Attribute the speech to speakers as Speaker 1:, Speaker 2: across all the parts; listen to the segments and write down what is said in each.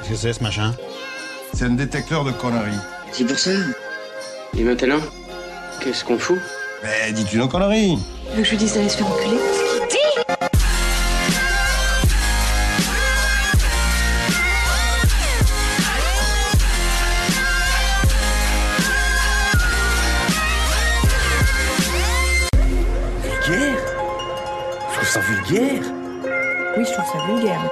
Speaker 1: Qu'est-ce que c'est ce machin
Speaker 2: C'est un détecteur de conneries.
Speaker 3: C'est pour ça. Et maintenant Qu'est-ce qu'on fout
Speaker 2: Mais dis-tu nos conneries
Speaker 4: veux que je lui dise d'aller se faire enculer
Speaker 5: Vulgaire Je trouve ça vulgaire
Speaker 6: Oui, je trouve ça vulgaire.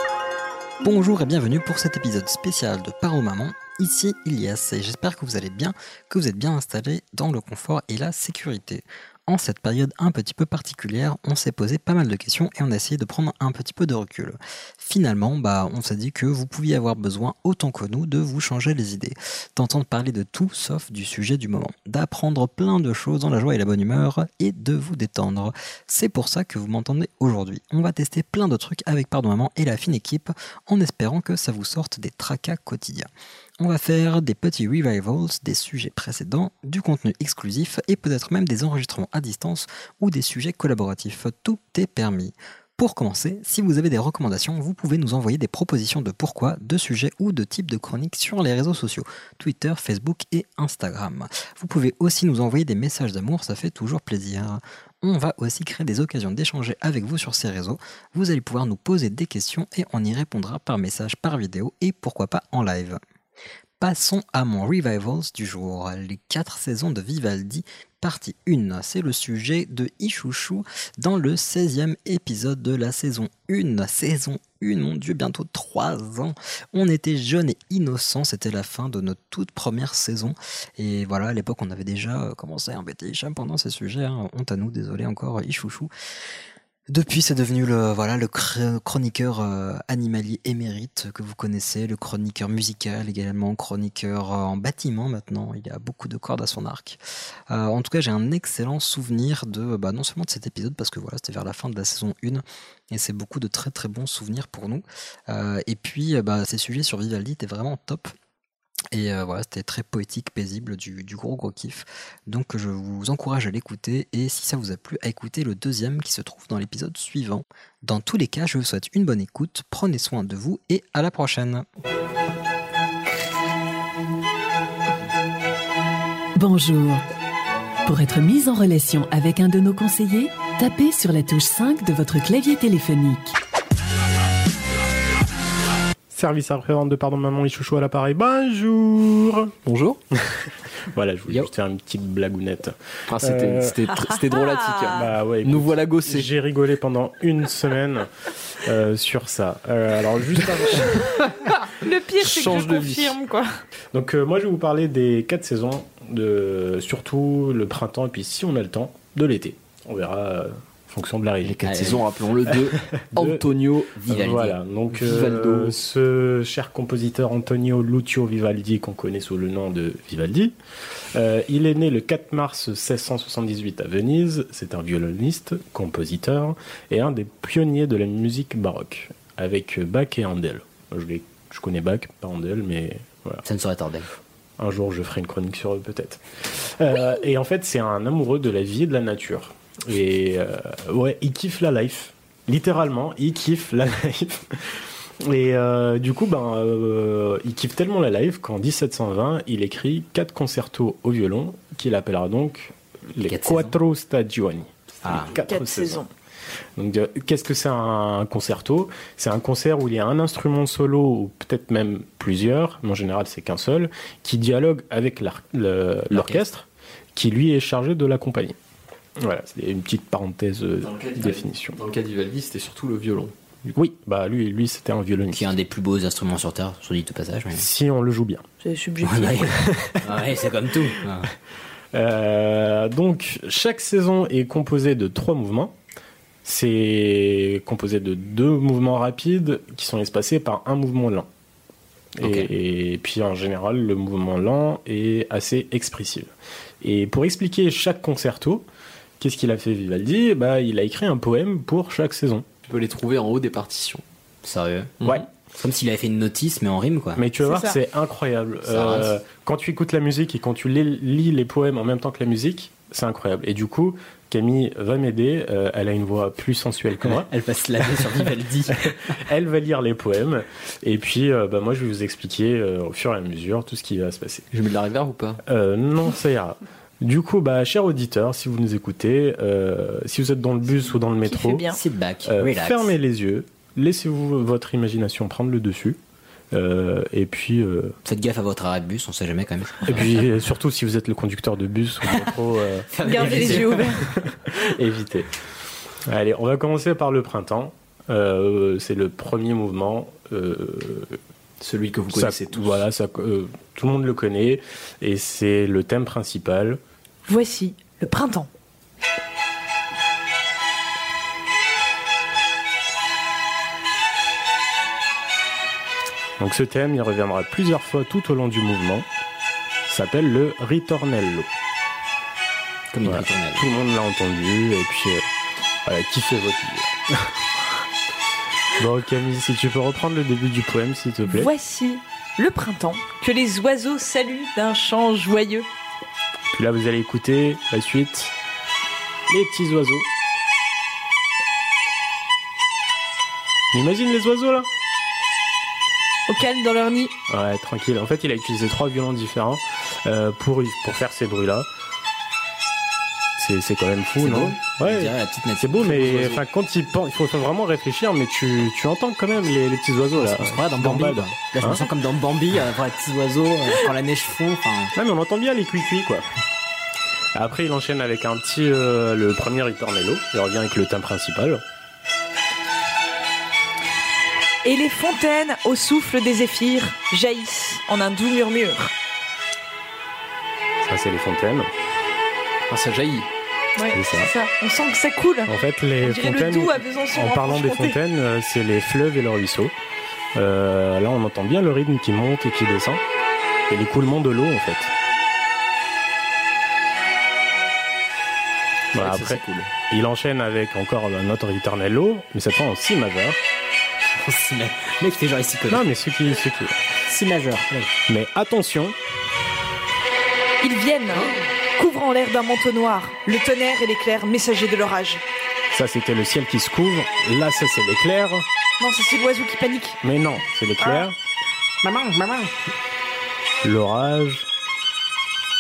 Speaker 7: Bonjour et bienvenue pour cet épisode spécial de Paro Maman. Ici Ilias et j'espère que vous allez bien, que vous êtes bien installés dans le confort et la sécurité. En cette période un petit peu particulière, on s'est posé pas mal de questions et on a essayé de prendre un petit peu de recul. Finalement, bah, on s'est dit que vous pouviez avoir besoin, autant que nous, de vous changer les idées, d'entendre parler de tout sauf du sujet du moment, d'apprendre plein de choses dans la joie et la bonne humeur et de vous détendre. C'est pour ça que vous m'entendez aujourd'hui. On va tester plein de trucs avec Pardon Maman et la fine équipe en espérant que ça vous sorte des tracas quotidiens. On va faire des petits revivals des sujets précédents, du contenu exclusif et peut-être même des enregistrements à distance ou des sujets collaboratifs. Tout est permis. Pour commencer, si vous avez des recommandations, vous pouvez nous envoyer des propositions de pourquoi, de sujets ou de types de chroniques sur les réseaux sociaux, Twitter, Facebook et Instagram. Vous pouvez aussi nous envoyer des messages d'amour, ça fait toujours plaisir. On va aussi créer des occasions d'échanger avec vous sur ces réseaux. Vous allez pouvoir nous poser des questions et on y répondra par message, par vidéo et pourquoi pas en live. Passons à mon Revivals du jour, les 4 saisons de Vivaldi, partie 1. C'est le sujet de Ichouchou dans le 16e épisode de la saison 1. Saison 1, mon dieu, bientôt 3 ans. On était jeunes et innocents, c'était la fin de notre toute première saison. Et voilà, à l'époque, on avait déjà euh, commencé à embêter Hicham pendant ces sujets. hein. Honte à nous, désolé encore, Ichouchou. Depuis, c'est devenu le voilà le cr- chroniqueur euh, animalier émérite que vous connaissez, le chroniqueur musical également, chroniqueur euh, en bâtiment maintenant. Il a beaucoup de cordes à son arc. Euh, en tout cas, j'ai un excellent souvenir de bah, non seulement de cet épisode parce que voilà, c'était vers la fin de la saison 1 et c'est beaucoup de très très bons souvenirs pour nous. Euh, et puis, euh, bah, ces sujets sur Vivaldi étaient vraiment top. Et euh, voilà, c'était très poétique, paisible, du, du gros gros kiff. Donc je vous encourage à l'écouter et si ça vous a plu, à écouter le deuxième qui se trouve dans l'épisode suivant. Dans tous les cas, je vous souhaite une bonne écoute, prenez soin de vous et à la prochaine.
Speaker 8: Bonjour. Pour être mis en relation avec un de nos conseillers, tapez sur la touche 5 de votre clavier téléphonique.
Speaker 9: Service après-vente de Pardon Maman et Chouchou à l'appareil. Bonjour
Speaker 5: Bonjour
Speaker 9: Voilà, je voulais
Speaker 5: Yo.
Speaker 9: juste faire une petite blagounette.
Speaker 5: Ah, c'était,
Speaker 9: Euh.
Speaker 5: c'était, tr- c'était drôlatique. hein.
Speaker 9: Bah ouais,
Speaker 5: Nous
Speaker 9: écoute,
Speaker 5: voilà gossés.
Speaker 9: j'ai rigolé pendant une semaine euh, sur ça. Euh, alors juste avant-
Speaker 6: Le pire, c'est que
Speaker 5: Change
Speaker 6: je
Speaker 5: de vie.
Speaker 6: confirme, quoi.
Speaker 9: Donc euh, moi je vais vous parler des quatre saisons, de surtout le printemps et puis si on a le temps, de l'été. On verra euh, en fonction de l'arrivée.
Speaker 5: Les quatre
Speaker 9: Allez.
Speaker 5: saisons, rappelons-le, de Antonio Vivaldi.
Speaker 9: Voilà, donc euh,
Speaker 5: Vivaldo.
Speaker 9: ce cher compositeur Antonio Lucio Vivaldi, qu'on connaît sous le nom de Vivaldi, euh, il est né le 4 mars 1678 à Venise. C'est un violoniste, compositeur et un des pionniers de la musique baroque, avec Bach et Handel. Je, les- je connais Bach, pas Handel, mais voilà.
Speaker 5: Ça ne serait tardé.
Speaker 9: Un jour, je ferai une chronique sur eux, peut-être. Euh, et en fait, c'est un amoureux de la vie et de la nature. Et euh, ouais, il kiffe la life. Littéralement, il kiffe la life. Et euh, du coup, ben, euh, il kiffe tellement la life qu'en 1720, il écrit quatre concertos au violon, qu'il appellera donc les
Speaker 5: Quatre
Speaker 9: Quattro Stagioni.
Speaker 5: Ah.
Speaker 9: Les quatre,
Speaker 6: Quatre
Speaker 9: saisons.
Speaker 6: saisons.
Speaker 9: Donc, euh, qu'est-ce que c'est un concerto C'est un concert où il y a un instrument solo, ou peut-être même plusieurs, mais en général c'est qu'un seul, qui dialogue avec l'ar- le- l'orchestre, qui lui est chargé de l'accompagner. Voilà, c'est une petite parenthèse euh, définition.
Speaker 5: Dans le cas d'Ivaldi, c'était surtout le violon.
Speaker 9: Oui, bah lui, lui c'était un violoniste.
Speaker 10: qui est un des plus beaux instruments sur Terre, je dis au passage. Mais...
Speaker 9: Si on le joue bien.
Speaker 6: C'est subjectif.
Speaker 10: ouais, c'est comme tout.
Speaker 9: Euh, donc, chaque saison est composée de trois mouvements. C'est composé de deux mouvements rapides qui sont espacés par un mouvement lent. Et,
Speaker 10: Ok.
Speaker 9: et puis en général, le mouvement lent est assez expressif. Et pour expliquer chaque concerto, qu'est-ce qu'il a fait Vivaldi bah, Il a écrit un poème pour chaque saison.
Speaker 5: Tu peux les trouver en haut des partitions.
Speaker 10: Sérieux.
Speaker 9: Ouais.
Speaker 10: C'est Comme s'il avait fait une notice, mais en rime, quoi.
Speaker 9: Mais tu vas
Speaker 6: C'est
Speaker 9: voir,
Speaker 6: ça.
Speaker 9: c'est incroyable.
Speaker 10: Ça
Speaker 9: Euh, quand tu écoutes la musique et quand tu lis, lis les poèmes en même temps que la musique, C'est incroyable. Et du coup, Camille va m'aider. euh, elle a une voix plus sensuelle que moi.
Speaker 10: Elle va se laver sur Vivaldi.
Speaker 9: Elle va lire les poèmes. Et puis, euh, bah, moi, je vais vous expliquer euh, au fur et à mesure tout ce qui va se passer.
Speaker 5: Je mets de la rivière ou pas
Speaker 9: Euh, non, ça ira. Du coup, bah, chers auditeurs, si vous nous écoutez, euh, si vous êtes dans le bus ou dans le
Speaker 6: fait
Speaker 9: métro,
Speaker 6: bien.
Speaker 10: Sit back,
Speaker 9: euh,
Speaker 10: relax.
Speaker 9: fermez les yeux, laissez-vous votre imagination prendre le dessus. Euh, et puis, euh,
Speaker 10: Faites gaffe à votre arrêt de bus, on sait jamais quand même.
Speaker 9: et puis euh, surtout si vous êtes le conducteur de bus ou de métro, euh,
Speaker 10: Fermez
Speaker 6: Gardez les yeux ouverts.
Speaker 9: évitez. Allez, on va commencer par le printemps. Euh, c'est le premier mouvement. euh,
Speaker 5: Celui que vous
Speaker 9: Ça-
Speaker 5: connaissez tous.
Speaker 9: Voilà, ça, euh, tout le monde le connaît et c'est le thème principal.
Speaker 6: Voici le printemps.
Speaker 9: Donc ce thème, il reviendra plusieurs fois tout au long du mouvement. S'appelle le ritornello.
Speaker 10: Comme une
Speaker 9: Voilà.
Speaker 10: ritournelle.
Speaker 9: Tout le monde l'a entendu et puis euh, voilà, kiffez votre vie. bon Camille, si tu peux reprendre le début du poème, s'il te plaît.
Speaker 6: Voici le printemps que les oiseaux saluent d'un chant joyeux.
Speaker 9: Puis là, vous allez écouter la suite. Les petits oiseaux. On Imagine les oiseaux là.
Speaker 6: Au calme dans leur nid.
Speaker 9: Ouais, tranquille. En fait, il a utilisé trois violons différents euh, pour, pour faire ces bruits-là. C'est c'est quand même fou,
Speaker 10: C'est
Speaker 9: non
Speaker 10: On
Speaker 9: Ouais.
Speaker 10: dirait la petite nature.
Speaker 9: C'est beau, mais
Speaker 10: Oiseaux.
Speaker 9: enfin, quand il pense, il faut vraiment réfléchir, mais tu, tu entends quand même les, les petits oiseaux là.
Speaker 10: On se croirait dans Bambi.
Speaker 9: Gambade.
Speaker 10: quoi. Là, je
Speaker 9: euh, Hein
Speaker 10: me sens comme dans Bambi, à voir les petits oiseaux euh, quand la neige fond. Enfin,
Speaker 9: Ouais, mais on entend bien les cuicuis, quoi. Après, il enchaîne avec un petit. euh, le premier ritornello. Il revient avec le thème principal.
Speaker 6: Et les fontaines, au souffle des zéphyrs, jaillissent en un doux murmure.
Speaker 9: Ça, c'est les fontaines.
Speaker 5: Ah, ça jaillit.
Speaker 9: Bah,
Speaker 6: Ouais,
Speaker 9: C'est ça.
Speaker 6: c'est ça. On sent que ça coule.
Speaker 9: En fait,
Speaker 6: On dirait
Speaker 9: les
Speaker 6: le
Speaker 9: fontaines.
Speaker 6: doux à Besançon. hein,
Speaker 9: En parlant des
Speaker 6: Franche-Comté.
Speaker 9: fontaines, euh, c'est les fleuves et leurs ruisseaux. Euh, là, on entend bien le rythme qui monte et qui descend. Et l'écoulement de l'eau, en fait. Voilà,
Speaker 5: Ouais, ça,
Speaker 9: Bah, après,
Speaker 5: c'est cool.
Speaker 9: il enchaîne avec encore euh, un autre ritornello, mais cette fois en si majeur.
Speaker 10: c'est la- mec, t'es genre ici comme
Speaker 9: Non, mais ceux qui, ceux qui.
Speaker 10: si majeur. ouais.
Speaker 9: Mais attention,
Speaker 6: Ils viennent, couvrant l'air d'un manteau noir, le tonnerre et l'éclair messager de l'orage.
Speaker 9: ça c'était le ciel qui se couvre. Là, ça c'est l'éclair.
Speaker 6: Non, ça, c'est l'oiseau qui panique.
Speaker 9: Mais non, c'est l'éclair.
Speaker 10: Maman, maman.
Speaker 9: L'orage.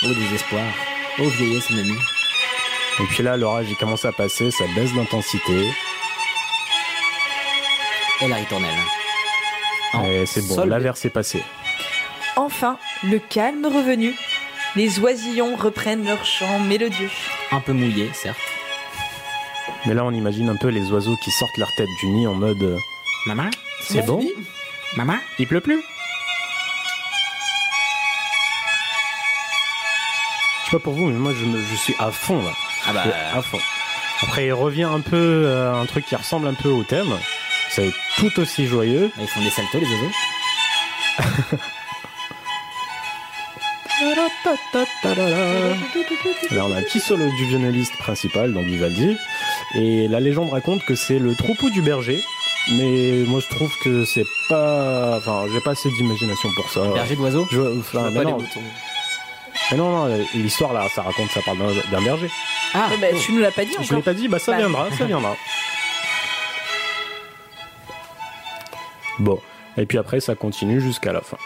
Speaker 10: Oh désespoir. Oh vieillesse, mon ami.
Speaker 9: Et puis là, l'orage il commence à passer, ça baisse d'intensité.
Speaker 10: Et la ritournelle. En
Speaker 9: Et Eh, c'est bon,
Speaker 10: sol.
Speaker 9: l'averse est passée.
Speaker 6: Enfin, le calme revenu. Les oisillons reprennent leur chant mélodieux.
Speaker 10: Un peu mouillé, certes.
Speaker 9: Mais là, on imagine un peu les oiseaux qui sortent leur tête du nid en mode euh,
Speaker 10: Maman,
Speaker 9: C'est bon
Speaker 10: maman.
Speaker 9: Il pleut plus Je sais pas pour vous, mais moi je, me- je suis à fond là.
Speaker 10: Ah bah,
Speaker 9: Je suis À fond. Après, il revient un peu euh, à un truc qui ressemble un peu au thème. C'est tout aussi joyeux.
Speaker 10: Ah, ils font des saltos les oiseaux.
Speaker 9: Euh, Là, on a un petit solo du violoniste principal dans Vivaldi. Et la légende raconte que c'est le troupeau du berger. Mais moi, je trouve que c'est pas. Enfin, j'ai pas assez d'imagination pour ça.
Speaker 10: Berger d'oiseaux.
Speaker 9: Je,
Speaker 5: Je
Speaker 9: enfin,
Speaker 5: vois
Speaker 9: mais
Speaker 5: pas les
Speaker 9: non,
Speaker 5: moutons.
Speaker 9: mais non, non, l'histoire là, ça raconte, ça parle d'un- d'un berger.
Speaker 10: Ah,
Speaker 6: Ah, bah,
Speaker 10: oh.
Speaker 6: tu nous l'as pas dit
Speaker 9: Je l'ai
Speaker 6: encore.
Speaker 9: pas dit, bah ça
Speaker 6: Bah.
Speaker 9: viendra, ça viendra. Bon, et puis après ça continue jusqu'à la fin.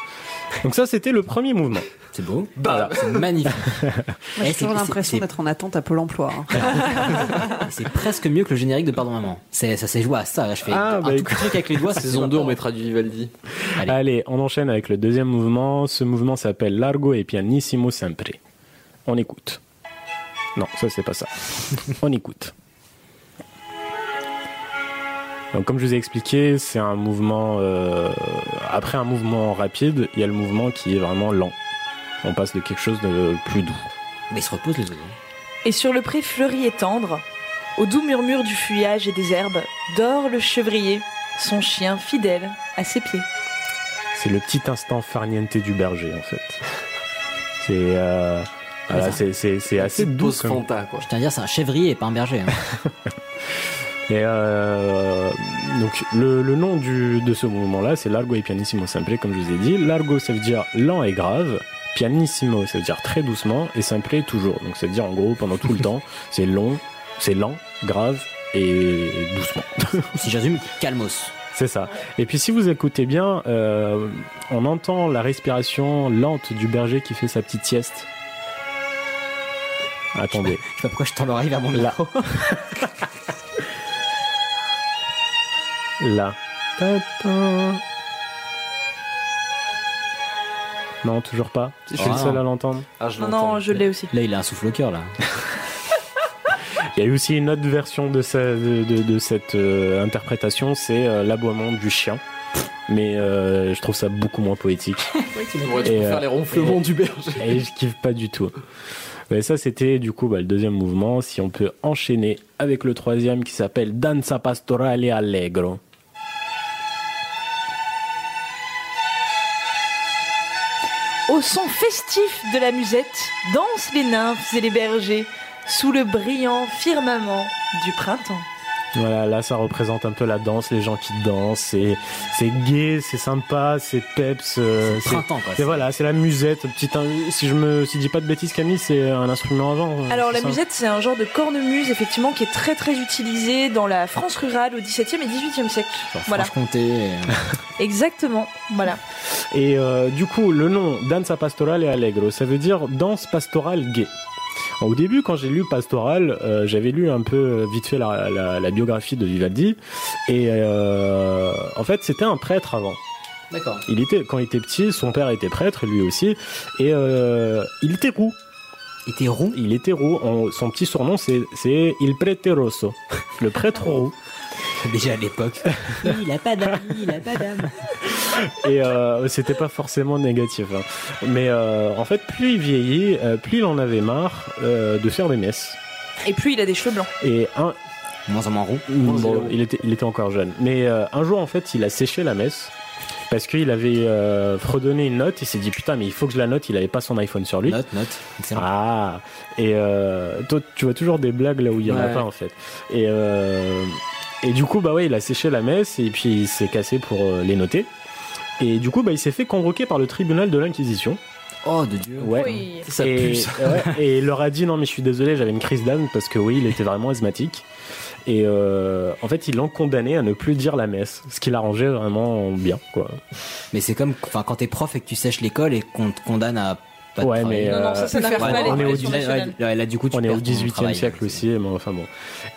Speaker 9: Donc ça c'était le premier mouvement.
Speaker 10: c'est beau.
Speaker 9: Voilà.
Speaker 10: C'est magnifique.
Speaker 1: Moi,
Speaker 10: Eh,
Speaker 1: J'ai
Speaker 10: c'est-
Speaker 1: toujours
Speaker 10: c'est-
Speaker 1: l'impression
Speaker 10: c'est-
Speaker 1: d'être en attente à Pôle emploi. hein.
Speaker 10: C'est presque mieux que le générique de Pardon Maman. C'est, ça, c'est joué à ça. Là, je fais
Speaker 9: Ah,
Speaker 10: un
Speaker 9: bah,
Speaker 10: tout
Speaker 9: écoute.
Speaker 10: petit truc avec les doigts. ça se
Speaker 5: Saison
Speaker 10: voit
Speaker 5: 2,
Speaker 10: pas.
Speaker 5: on mettra du Vivaldi.
Speaker 10: Allez.
Speaker 9: Allez, on enchaîne avec le deuxième mouvement. Ce mouvement s'appelle Largo et Pianissimo Sempre. On écoute. Non, ça c'est pas ça. on écoute. Donc, comme je vous ai expliqué, c'est un mouvement. euh, après un mouvement rapide, il y a le mouvement qui est vraiment lent. On passe de quelque chose de plus doux.
Speaker 10: Mais ils se reposent les oiseaux.
Speaker 6: Et sur le pré fleuri et tendre, au doux murmure du fuyage et des herbes, dort le chevrier, son chien fidèle à ses pieds.
Speaker 9: C'est le petit instant farniente du berger, en fait. C'est. euh, voilà, c'est- c'est c'est assez
Speaker 5: Petite
Speaker 9: doux.
Speaker 5: pause
Speaker 9: comme-
Speaker 5: Fanta, quoi.
Speaker 10: Je tiens à dire, c'est un chèvrier et pas un berger. hein.
Speaker 9: Et euh, donc le, le nom e du, de ce mouvement-là, c'est Largo et Pianissimo Sempre, comme je vous ai dit. Largo, ça veut dire lent et grave. pianissimo, ça veut dire très doucement, et ça me plaît toujours. Donc ça veut dire en gros pendant tout le temps, c'est long, c'est lent, grave et doucement.
Speaker 10: Si j'assume, calmos.
Speaker 9: C'est ça. Et puis si vous écoutez bien, euh, on entend la respiration lente du berger qui fait sa petite sieste. Attendez.
Speaker 10: Je sais pas pourquoi je tends l'oreille vers mon
Speaker 9: Là.
Speaker 10: micro.
Speaker 9: Là. Ta -ta. Non, toujours pas. Je suis le
Speaker 10: Ah.
Speaker 9: seul à l'entendre.
Speaker 5: Ah, je
Speaker 6: Non,
Speaker 5: l'entends.
Speaker 6: non, je l'ai aussi.
Speaker 10: Là, il a un souffle au cœur, là.
Speaker 9: Il y a eu aussi une autre version de, ce- de, de- de cette euh, interprétation, c'est euh, l'aboiement du chien. Mais euh, je trouve ça beaucoup moins poétique.
Speaker 5: Ouais, tu
Speaker 9: Et,
Speaker 5: peux
Speaker 9: euh,
Speaker 5: faire les ronflements du berger.
Speaker 9: Et je kiffe pas du tout. Mais ça, c'était du coup bah, le deuxième mouvement. Si on peut enchaîner avec le troisième qui s'appelle Danza Pastorale Allegro.
Speaker 6: Au son festif de la musette, dansent les nymphes et les bergers sous le brillant firmament du printemps.
Speaker 9: Voilà, là, ça représente un peu la danse, les gens qui dansent. C'est, c'est gai, c'est sympa, c'est peps. euh, c'est-
Speaker 10: Printemps, quoi.
Speaker 9: Et voilà, c'est la musette. Petit, in- si je me si je dis pas de bêtises, Camille, c'est un instrument avant. euh,
Speaker 6: Alors
Speaker 9: c'est
Speaker 6: la
Speaker 9: ça
Speaker 6: musette, c'est un genre de cornemuse effectivement qui est très très utilisé dans la France rurale au XVIIe et XVIIIe siècle. Voilà,
Speaker 10: Franche-Comté. euh,
Speaker 6: exactement. Voilà.
Speaker 9: Et euh, du coup, le nom Danza Pastorale et Allegro, ça veut dire danse pastorale gay. Au début, quand j'ai lu Pastoral, euh, j'avais lu un peu euh, vite fait la, la- la biographie de Vivaldi, et euh, en fait, c'était un prêtre avant.
Speaker 10: D'accord.
Speaker 9: Il était, quand il était petit, son père était prêtre, lui aussi, et euh, il était roux.
Speaker 10: Il était roux.
Speaker 9: Il était roux. On- son petit surnom, c'est c'est Il Prete Rosso, le prêtre roux.
Speaker 10: Déjà à l'époque. il a pas d'âme, il a pas d'âme.
Speaker 9: Et euh, c'était pas forcément négatif. hein. Mais euh, en fait, plus il vieillit, euh, plus il en avait marre euh, de faire des messes.
Speaker 6: Et puis il a des cheveux blancs.
Speaker 9: Et un,
Speaker 10: Moins en moins roux.
Speaker 9: bon, il était, il était encore jeune. Mais euh, un jour, en fait, il a séché la messe parce qu'il avait euh, fredonné une note. Il s'est dit putain, mais il faut que je la note. Il avait pas son iPhone sur lui.
Speaker 10: Note, note.
Speaker 5: Hein.
Speaker 10: Excellent.
Speaker 9: Ah et euh, toi, tu vois toujours des blagues là où il y en a
Speaker 5: Ouais.
Speaker 9: pas en fait. Et euh, et du coup, bah ouais, il a séché la messe et puis il s'est cassé pour euh, les noter. Et du coup, bah, il s'est fait convoquer par le tribunal de l'Inquisition.
Speaker 10: Oh, de Dieu.
Speaker 9: Ah. Ouais.
Speaker 6: Oui.
Speaker 5: Ça
Speaker 9: et,
Speaker 5: pue, ça.
Speaker 9: ouais, et il leur a dit non mais je suis désolé j'avais une crise d'âme parce que oui il était vraiment asthmatique et euh, en fait ils l'ont condamné à ne plus dire la messe ce qui l'arrangeait vraiment bien quoi
Speaker 10: Mais c'est comme enfin, quand t'es prof et que tu sèches l'école et qu'on te condamne à pas
Speaker 9: Ouais,
Speaker 10: de travailler.
Speaker 9: mais, euh,
Speaker 6: Non, non, ça, ça n'a
Speaker 10: Ouais,
Speaker 6: pas
Speaker 9: on est au
Speaker 6: l'éducation
Speaker 9: dix-
Speaker 6: nationale.
Speaker 10: là, là, du coup, tu
Speaker 9: on est
Speaker 10: perds
Speaker 9: au
Speaker 10: ton
Speaker 9: 18e
Speaker 10: travail,
Speaker 9: siècle
Speaker 10: c'est-
Speaker 9: aussi mais enfin bon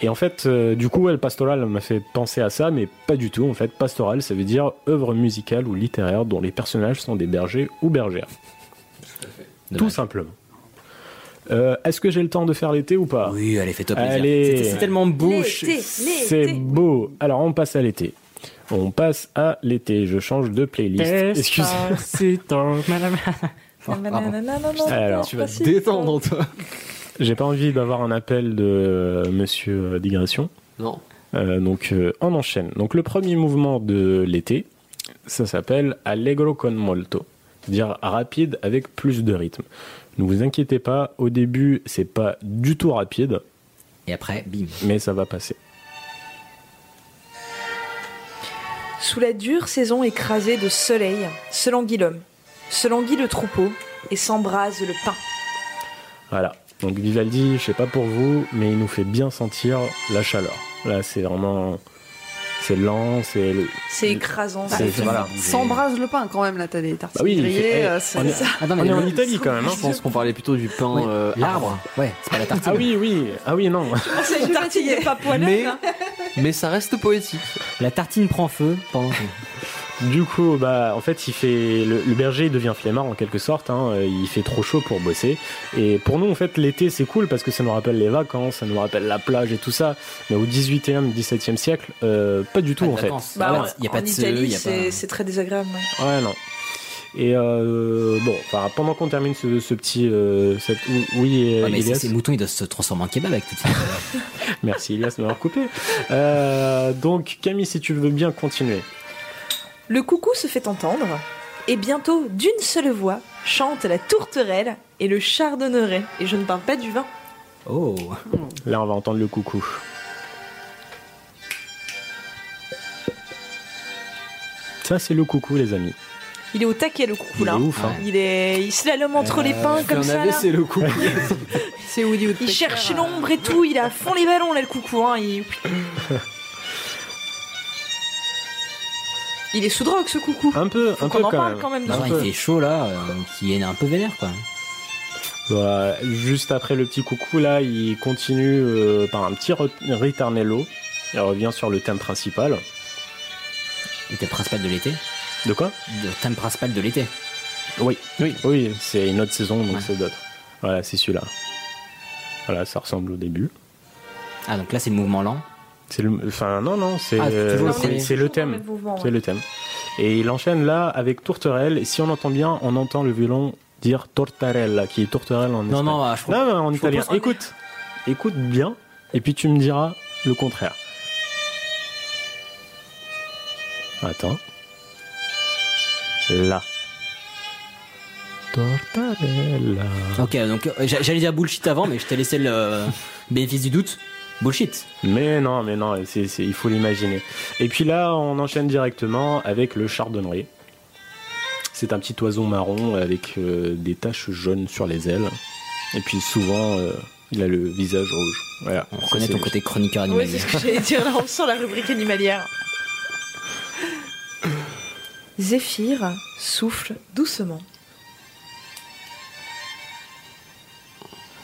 Speaker 9: et en fait euh, du coup ouais, le pastoral m'a fait penser à ça mais pas du tout en fait pastoral ça veut dire œuvre musicale ou littéraire dont les personnages sont des bergers ou bergères tout
Speaker 10: Dommage.
Speaker 9: simplement Euh, est-ce que j'ai le temps de faire l'été ou pas
Speaker 10: Ah. Oui, allez, fais-toi plaisir.
Speaker 9: Allez.
Speaker 10: C'était- C'est tellement beau. je-
Speaker 6: L'été,
Speaker 9: C'est
Speaker 6: l'été.
Speaker 9: beau. Alors on passe à l'été. On passe à l'été. Je change de playlist. Excusez-moi.
Speaker 10: Ah, pardon.
Speaker 9: Alors,
Speaker 5: Tu vas te détendre, toi.
Speaker 9: J'ai pas envie d'avoir un appel de euh, Monsieur euh, Digression.
Speaker 5: Non.
Speaker 9: Euh, donc euh, on enchaîne. Donc le premier mouvement de l'été, ça s'appelle Allegro con molto, c'est-à-dire rapide avec plus de rythme. Ne vous inquiétez pas, au début c'est pas du tout rapide,
Speaker 10: Et après, bim.
Speaker 9: mais ça va passer.
Speaker 6: Sous la dure saison écrasée de soleil, se languit l'homme, se languit le troupeau et s'embrase le pain.
Speaker 9: Voilà. Donc Vivaldi, je sais pas pour vous, mais il nous fait bien sentir la chaleur. Là, c'est vraiment. C'est lent, c'est.
Speaker 6: C'est écrasant.
Speaker 1: Bah,
Speaker 9: C'est-
Speaker 6: c'est-
Speaker 9: c'est- voilà.
Speaker 1: S'embrase le pain quand même, là, t'as des tartines
Speaker 9: Bah oui, il
Speaker 1: grillées.
Speaker 9: fait- eh,
Speaker 1: euh, c'est-
Speaker 9: on est-
Speaker 1: ça-
Speaker 10: Attends,
Speaker 9: On
Speaker 10: Ah mais
Speaker 9: est en
Speaker 10: le-
Speaker 9: Italie quand même, hein
Speaker 5: Je pense qu'on parlait plutôt du pain
Speaker 10: Ouais.
Speaker 5: euh,
Speaker 10: L'arbre, ouais, c'est pas la tartine.
Speaker 9: Ah oui, oui, ah oui, non.
Speaker 6: C'est une tartine de pas poêlée,
Speaker 5: Mais,
Speaker 6: hein.
Speaker 5: mais ça reste poétique.
Speaker 10: La tartine prend feu pendant que.
Speaker 9: Ah, Du coup, bah, en fait, il fait le, le berger il devient flemmard en quelque sorte. hein. Euh, Il fait trop chaud pour bosser. Et pour nous, en fait, l'été c'est cool parce que ça nous rappelle les vacances, ça nous rappelle la plage et tout ça. Mais au 18e, 17e siècle, euh, pas du tout en fait.
Speaker 10: Bah,
Speaker 6: Bah,
Speaker 10: il y a pas
Speaker 6: en
Speaker 10: de CE, il
Speaker 6: Italie,
Speaker 10: y a
Speaker 6: c'est
Speaker 10: pas.
Speaker 6: c'est très désagréable. ouais.
Speaker 9: Ouais, non. Et euh, bon, enfin, pendant qu'on termine ce, ce petit. euh, cette- Oui,
Speaker 10: Ouais,
Speaker 9: euh,
Speaker 10: Ah, mais
Speaker 9: Ilias.
Speaker 10: ces moutons, ils doivent se transformer en kebab avec tout ça.
Speaker 9: Merci Ilias de m'avoir coupé. Euh, donc Camille, si tu veux bien continuer.
Speaker 6: Le coucou se fait entendre, et bientôt, d'une seule voix, chantent la tourterelle et le chardonneret. Et je ne parle pas du vin.
Speaker 10: Oh,
Speaker 9: Là, on va entendre le coucou. Ça, c'est le coucou, les amis.
Speaker 6: Il est au taquet le coucou là.
Speaker 9: Il est ouf, hein.
Speaker 6: Il est, il slalome entre les pins comme
Speaker 5: Euh, un
Speaker 6: ça. là.
Speaker 5: AVC le coup.
Speaker 1: C'est Woody Woodpecker.
Speaker 6: Il cherche l'ombre et tout. Il est à fond les ballons là le coucou. hein. Il... il est sous drogue ce coucou.
Speaker 9: Un peu,
Speaker 6: Faut
Speaker 9: un
Speaker 6: qu'on
Speaker 9: peu
Speaker 6: en
Speaker 9: quand
Speaker 6: parle
Speaker 9: même.
Speaker 6: quand
Speaker 5: Bah
Speaker 6: même.
Speaker 9: Un
Speaker 10: Non,
Speaker 9: peu.
Speaker 10: il fait Ah chaud là, euh, qui est un peu vénère quoi.
Speaker 9: Bah, juste après le petit coucou, là, il continue euh, par un petit re- ritornello. Il revient sur le thème principal.
Speaker 10: Le thème principal de l'été.
Speaker 9: De quoi
Speaker 10: Le thème principal de l'été.
Speaker 9: Oui, oui, oui, c'est une autre saison, donc
Speaker 10: Ouais.
Speaker 9: c'est d'autres. Voilà, c'est celui-là. Voilà, ça ressemble au début.
Speaker 10: Ah, donc là, c'est le mouvement lent.
Speaker 9: C'est le, enfin non, non, c'est
Speaker 10: Ah, c'est toujours
Speaker 9: euh,
Speaker 10: le
Speaker 9: c'est-
Speaker 10: premier.
Speaker 9: c'est le thème, c'est le thème. Et il enchaîne là avec tourterelle. Et si on entend bien, on entend le violon dire tortarella, qui est tourterelle en
Speaker 10: Non,
Speaker 9: espagnol.
Speaker 10: non, ah, je crois.
Speaker 9: Non, mais en
Speaker 10: je
Speaker 9: italien.
Speaker 10: propose-
Speaker 9: Écoute, écoute bien, et puis tu me diras le contraire. Attends. Là. Tortarella.
Speaker 10: Ok, donc euh, j'a- j'allais dire bullshit avant, mais je t'ai laissé le euh, bénéfice du doute. Bullshit.
Speaker 9: Mais non, mais non, c'est- c'est- il faut l'imaginer. Et puis là, on enchaîne directement avec le chardonneret. C'est un petit oiseau marron avec euh, des taches jaunes sur les ailes. Et puis souvent, euh, il a le visage rouge. Voilà.
Speaker 10: On
Speaker 9: Ça,
Speaker 10: reconnaît
Speaker 9: c'est-
Speaker 10: ton côté chroniqueur
Speaker 6: Oui,
Speaker 10: animalier.
Speaker 6: c'est ce que j'allais dire. Là, on sent la rubrique animalière. Zéphyr souffle doucement.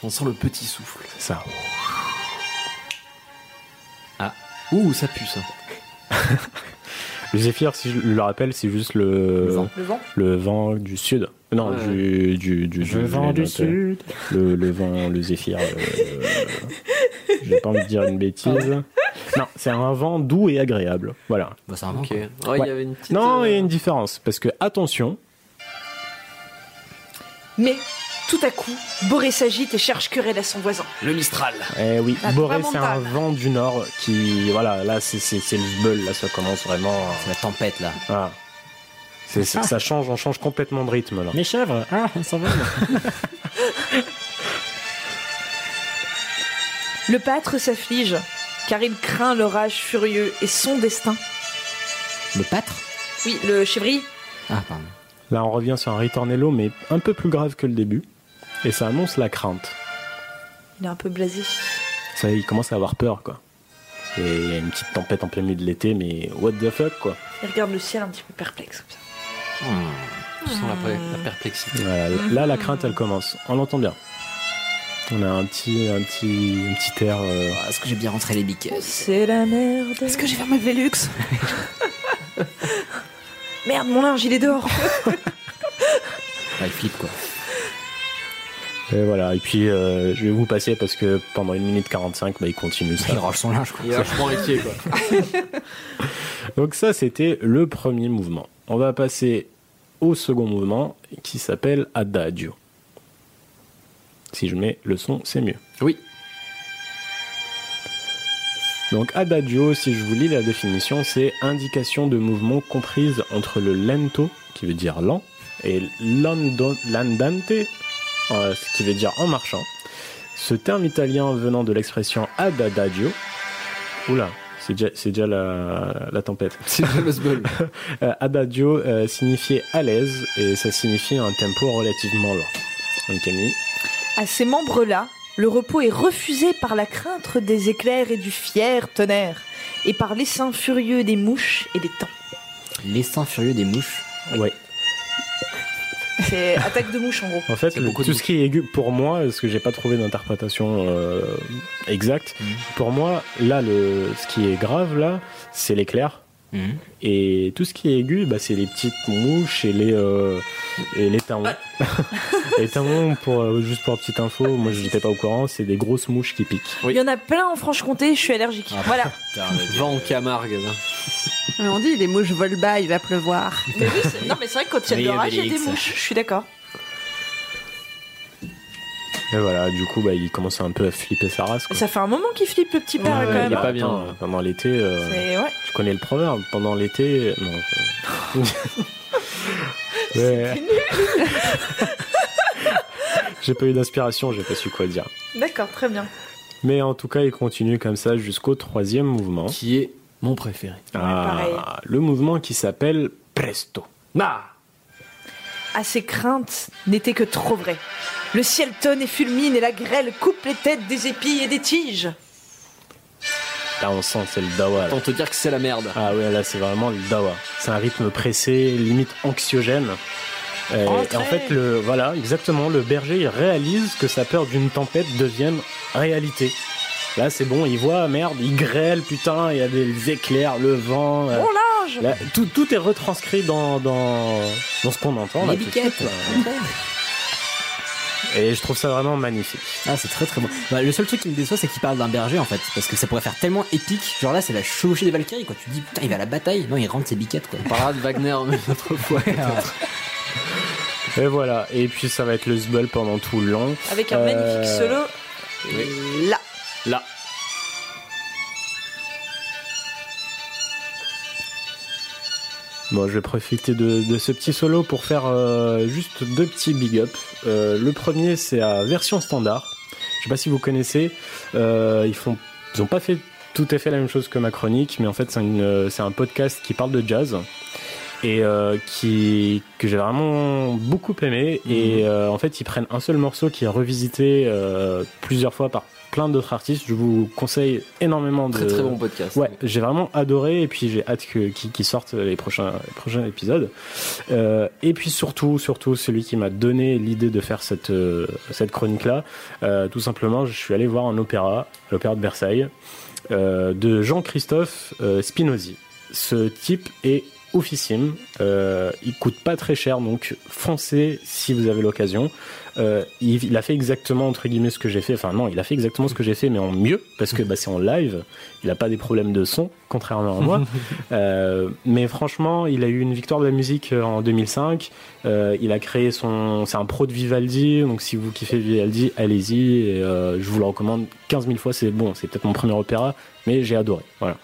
Speaker 5: On sent le petit souffle.
Speaker 9: Ça.
Speaker 5: Ouh, ça pue ça.
Speaker 9: Le zéphyr, si je le rappelle, c'est juste le,
Speaker 10: Le vent.
Speaker 6: Le vent
Speaker 9: le vent du sud. Non,
Speaker 5: Ouais.
Speaker 9: du, du, du, du- le- Le, le vent, le zéphyr. euh, J'ai pas envie de dire une bêtise. Non, c'est un vent doux et agréable. Voilà.
Speaker 10: Bah, c'est un vent,
Speaker 5: Ok.
Speaker 10: quoi.
Speaker 5: Ouais, il y avait une petite.
Speaker 9: Non,
Speaker 5: euh,
Speaker 9: il y a une différence. Parce que, attention,
Speaker 6: Mais tout à coup, Boré s'agite et cherche querelle à son voisin.
Speaker 5: Le Mistral.
Speaker 9: eh oui,
Speaker 6: La
Speaker 9: Boré, c'est un
Speaker 6: tramontane.
Speaker 9: vent du nord qui. Voilà, là, c'est c'est- c'est le bull. Là, ça commence vraiment.
Speaker 10: C'est la tempête là.
Speaker 9: Voilà. C'est- c'est- ça change, on change complètement de rythme là.
Speaker 7: Mes chèvres, ah, elles s'envolent.
Speaker 6: Le pâtre s'afflige, car il craint l'orage furieux et son destin.
Speaker 10: Le pâtre
Speaker 6: Oui, le chevrier.
Speaker 10: Ah, pardon.
Speaker 9: Là, on revient sur un ritornello, mais un peu plus grave que le début. Et ça annonce la crainte.
Speaker 6: Il est un peu blasé.
Speaker 9: Ça, il commence à avoir peur, quoi. Et il y a une petite tempête en plein milieu de l'été, mais what the fuck, quoi. Euh,
Speaker 6: Il regarde le ciel un petit peu perplexe. comme ça.
Speaker 10: Hmm.
Speaker 5: Je sens la, per- la perplexité.
Speaker 9: Voilà, là, la crainte, elle commence. On l'entend bien. On a un petit, un petit, un petit air. euh,
Speaker 10: Ah, Est-ce que j'ai bien rentré les biques
Speaker 6: C'est la merde.
Speaker 1: Est-ce que j'ai fait ma Velux
Speaker 6: Merde, mon linge, il est dehors.
Speaker 10: Ah, il flippe quoi.
Speaker 9: Et voilà. Et puis, euh, je vais vous passer parce que pendant une minute 45, bah, il continue
Speaker 10: Il
Speaker 9: ça.
Speaker 10: range son linge quoi.
Speaker 5: Il est vachement inquiet quoi.
Speaker 9: Donc ça, c'était le premier mouvement. On va passer au second mouvement qui s'appelle Adagio. Si je mets le son, c'est mieux.
Speaker 5: Oui.
Speaker 9: Donc Adagio, si je vous lis la définition, c'est indication de mouvement comprise entre le lento, qui veut dire lent, et l'ando- l'andante, euh, ce qui veut dire en marchant. Ce terme italien venant de l'expression ad adagio. Oula, c'est déjà, c'est déjà la- la tempête.
Speaker 5: C'est le James Bond.
Speaker 9: Euh, adagio euh, signifiait à l'aise et ça signifie un tempo relativement lent. Donc Camille,
Speaker 6: À ces membres-là, le repos est refusé par la crainte des éclairs et du fier tonnerre, et par l'essaim furieux des mouches et des temps.
Speaker 10: L'essaim furieux des mouches.
Speaker 9: ouais.
Speaker 6: C'est attaque de mouches en gros.
Speaker 9: En fait,
Speaker 5: C'est
Speaker 9: le-
Speaker 5: beaucoup de
Speaker 9: tout ce qui est aigu pour moi, parce que j'ai pas trouvé d'interprétation euh, exacte.
Speaker 5: Mm.
Speaker 10: Mhm.
Speaker 9: Pour moi, là, le ce qui est grave là, c'est l'éclair.
Speaker 5: Mm.
Speaker 10: Hmm.
Speaker 9: Et tout ce qui est aigu, bah, c'est les petites mouches et les euh, et les taons.
Speaker 6: Ah.
Speaker 9: les taons, pour euh, juste pour petite info, moi je n'étais pas au courant, c'est des grosses mouches qui piquent.
Speaker 5: Oui.
Speaker 6: Il y en a plein en Franche-Comté, je suis allergique.
Speaker 10: Ah.
Speaker 6: Voilà.
Speaker 10: Putain, le dieu.
Speaker 5: Va en Camargue. là.
Speaker 1: Mais on dit, les mouches volent bas, il va pleuvoir.
Speaker 6: Mais oui, c'est- non, mais c'est vrai que quand il y a de
Speaker 10: Oui,
Speaker 6: l'orage, il y a des
Speaker 10: Obélix.
Speaker 6: mouches, je suis d'accord.
Speaker 9: Et voilà, du coup, bah, il commence un peu à flipper sa race.
Speaker 6: Mais
Speaker 9: quoi.
Speaker 6: Ça fait un moment qu'il flippe le petit père
Speaker 9: Ouais,
Speaker 6: quand
Speaker 9: il est
Speaker 6: même.
Speaker 5: pas bien.
Speaker 9: Attends, Pendant l'été, euh,
Speaker 6: C'est- ouais.
Speaker 9: tu connais le proverbe. Pendant l'été, non. euh, Ouais. j'ai pas eu d'inspiration, j'ai pas su quoi dire.
Speaker 6: D'accord, très bien.
Speaker 9: Mais en tout cas, il continue comme ça jusqu'au troisième mouvement.
Speaker 5: Qui est mon préféré.
Speaker 9: Ah, le mouvement qui s'appelle Presto.
Speaker 5: Nah
Speaker 6: à ses Ah, craintes n'était que trop vrai. Le ciel tonne et fulmine et la grêle coupe les têtes des épis et des tiges.
Speaker 9: Là, on sent, c'est le dawa. là.
Speaker 5: Tant te dire que c'est la merde.
Speaker 9: Ah ouais, là, c'est vraiment le dawa. C'est un rythme pressé, limite anxiogène. Et, et en fait, le, voilà, exactement, le berger, il réalise que sa peur d'une tempête devienne réalité. Là, c'est bon, il voit, merde, il grêle, putain, il y a des éclairs, le vent. euh,
Speaker 6: Bon linge
Speaker 9: là, tout, tout est retranscrit dans, dans, dans ce qu'on entend. là,
Speaker 10: Les
Speaker 9: tout de suite,
Speaker 10: biquettes.
Speaker 9: là. Et je trouve ça vraiment magnifique.
Speaker 10: Ah, c'est très très bon. Bah, le seul truc qui me déçoit, c'est qu'il parle d'un berger en fait. Parce que ça pourrait faire tellement épique. Genre là, c'est la chevauchée des Valkyries quoi. Tu te dis putain, il va à la bataille. Non, il rentre ses biquettes quoi.
Speaker 5: On parlera de Wagner une autre fois.
Speaker 9: Et voilà, et puis ça va être le zbeul pendant tout le long.
Speaker 6: Avec un
Speaker 9: Euh,
Speaker 6: magnifique solo. Là.
Speaker 9: Là. Bon, je vais profiter de, de ce petit solo pour faire euh, juste deux petits big up. Euh, le premier, c'est à version standard. Je sais pas si vous connaissez. euh, ils font, ils ont pas fait tout à fait la même chose que ma chronique, mais en fait, c'est une, euh, c'est un podcast qui parle de jazz et euh, qui que j'ai vraiment beaucoup aimé. Et
Speaker 5: Mhm.
Speaker 9: euh, en fait, ils prennent un seul morceau qui est revisité euh, plusieurs fois par plein d'autres artistes. Je vous conseille énormément de
Speaker 5: Très très bon podcast.
Speaker 9: Ouais, j'ai vraiment adoré et puis j'ai hâte que- qu'ils qu'ils sortent les prochains, les prochains épisodes. Euh, et puis surtout, surtout celui qui m'a donné l'idée de faire cette, euh, cette chronique-là, euh, tout simplement, je suis allé voir un opéra, l'opéra de Versailles, euh, de Jean-Christophe euh, Spinozzi. Ce type est oufissime, euh, il coûte pas très cher, donc foncez si vous avez l'occasion. Euh, il, il a fait exactement entre guillemets ce que j'ai fait, enfin non, il a fait exactement ce que j'ai fait, mais en mieux, parce que bah, c'est en live, il n'a pas des problèmes de son, contrairement à moi. Euh, mais franchement, il a eu une victoire de la musique euh, en 2005. Euh, il a créé son. C'est un pro de Vivaldi, donc si vous kiffez Vivaldi, allez-y. et, euh, je vous le recommande 15 000 fois. C'est bon, c'est peut-être mon premier opéra, mais j'ai adoré. Voilà.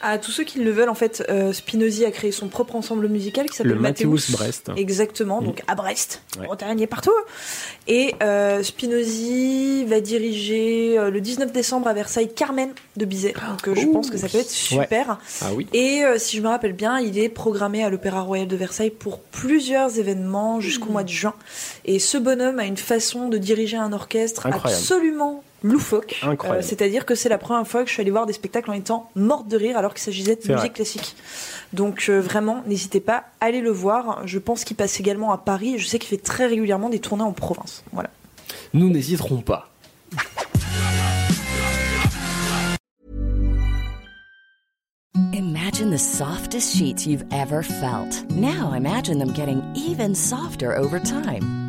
Speaker 6: À tous ceux qui le veulent, en fait, euh, Spinozzi a créé son propre ensemble musical qui s'appelle
Speaker 9: Le Mathéus Brest.
Speaker 6: Exactement,
Speaker 9: Mm.
Speaker 6: donc à Brest, en
Speaker 9: Ouais.
Speaker 6: Bretagne et partout. Et euh, Spinozzi va diriger euh, le 19 décembre à Versailles Carmen de Bizet. Donc euh,
Speaker 9: Oh,
Speaker 6: je pense que ça peut être super.
Speaker 5: Ah oui.
Speaker 6: Et euh, si je me rappelle bien, il est programmé à l'Opéra Royal de Versailles pour plusieurs événements jusqu'au mois de juin. Et ce bonhomme a une façon de diriger un orchestre
Speaker 9: Incroyable.
Speaker 6: absolument loufoque.
Speaker 9: Incroyable.
Speaker 6: Euh, C'est-à-dire que c'est la première fois que je suis allée voir des spectacles en étant morte de rire alors qu'il s'agissait de
Speaker 9: C'est
Speaker 6: musique
Speaker 9: vrai.
Speaker 6: classique. Donc euh, vraiment, n'hésitez pas, allez le voir. Je pense qu'il passe également à Paris. Je sais qu'il fait très régulièrement des tournées en province. Voilà.
Speaker 5: Nous n'hésiterons pas.
Speaker 4: Imagine the softest sheets you've ever felt. Now imagine them getting even softer over time.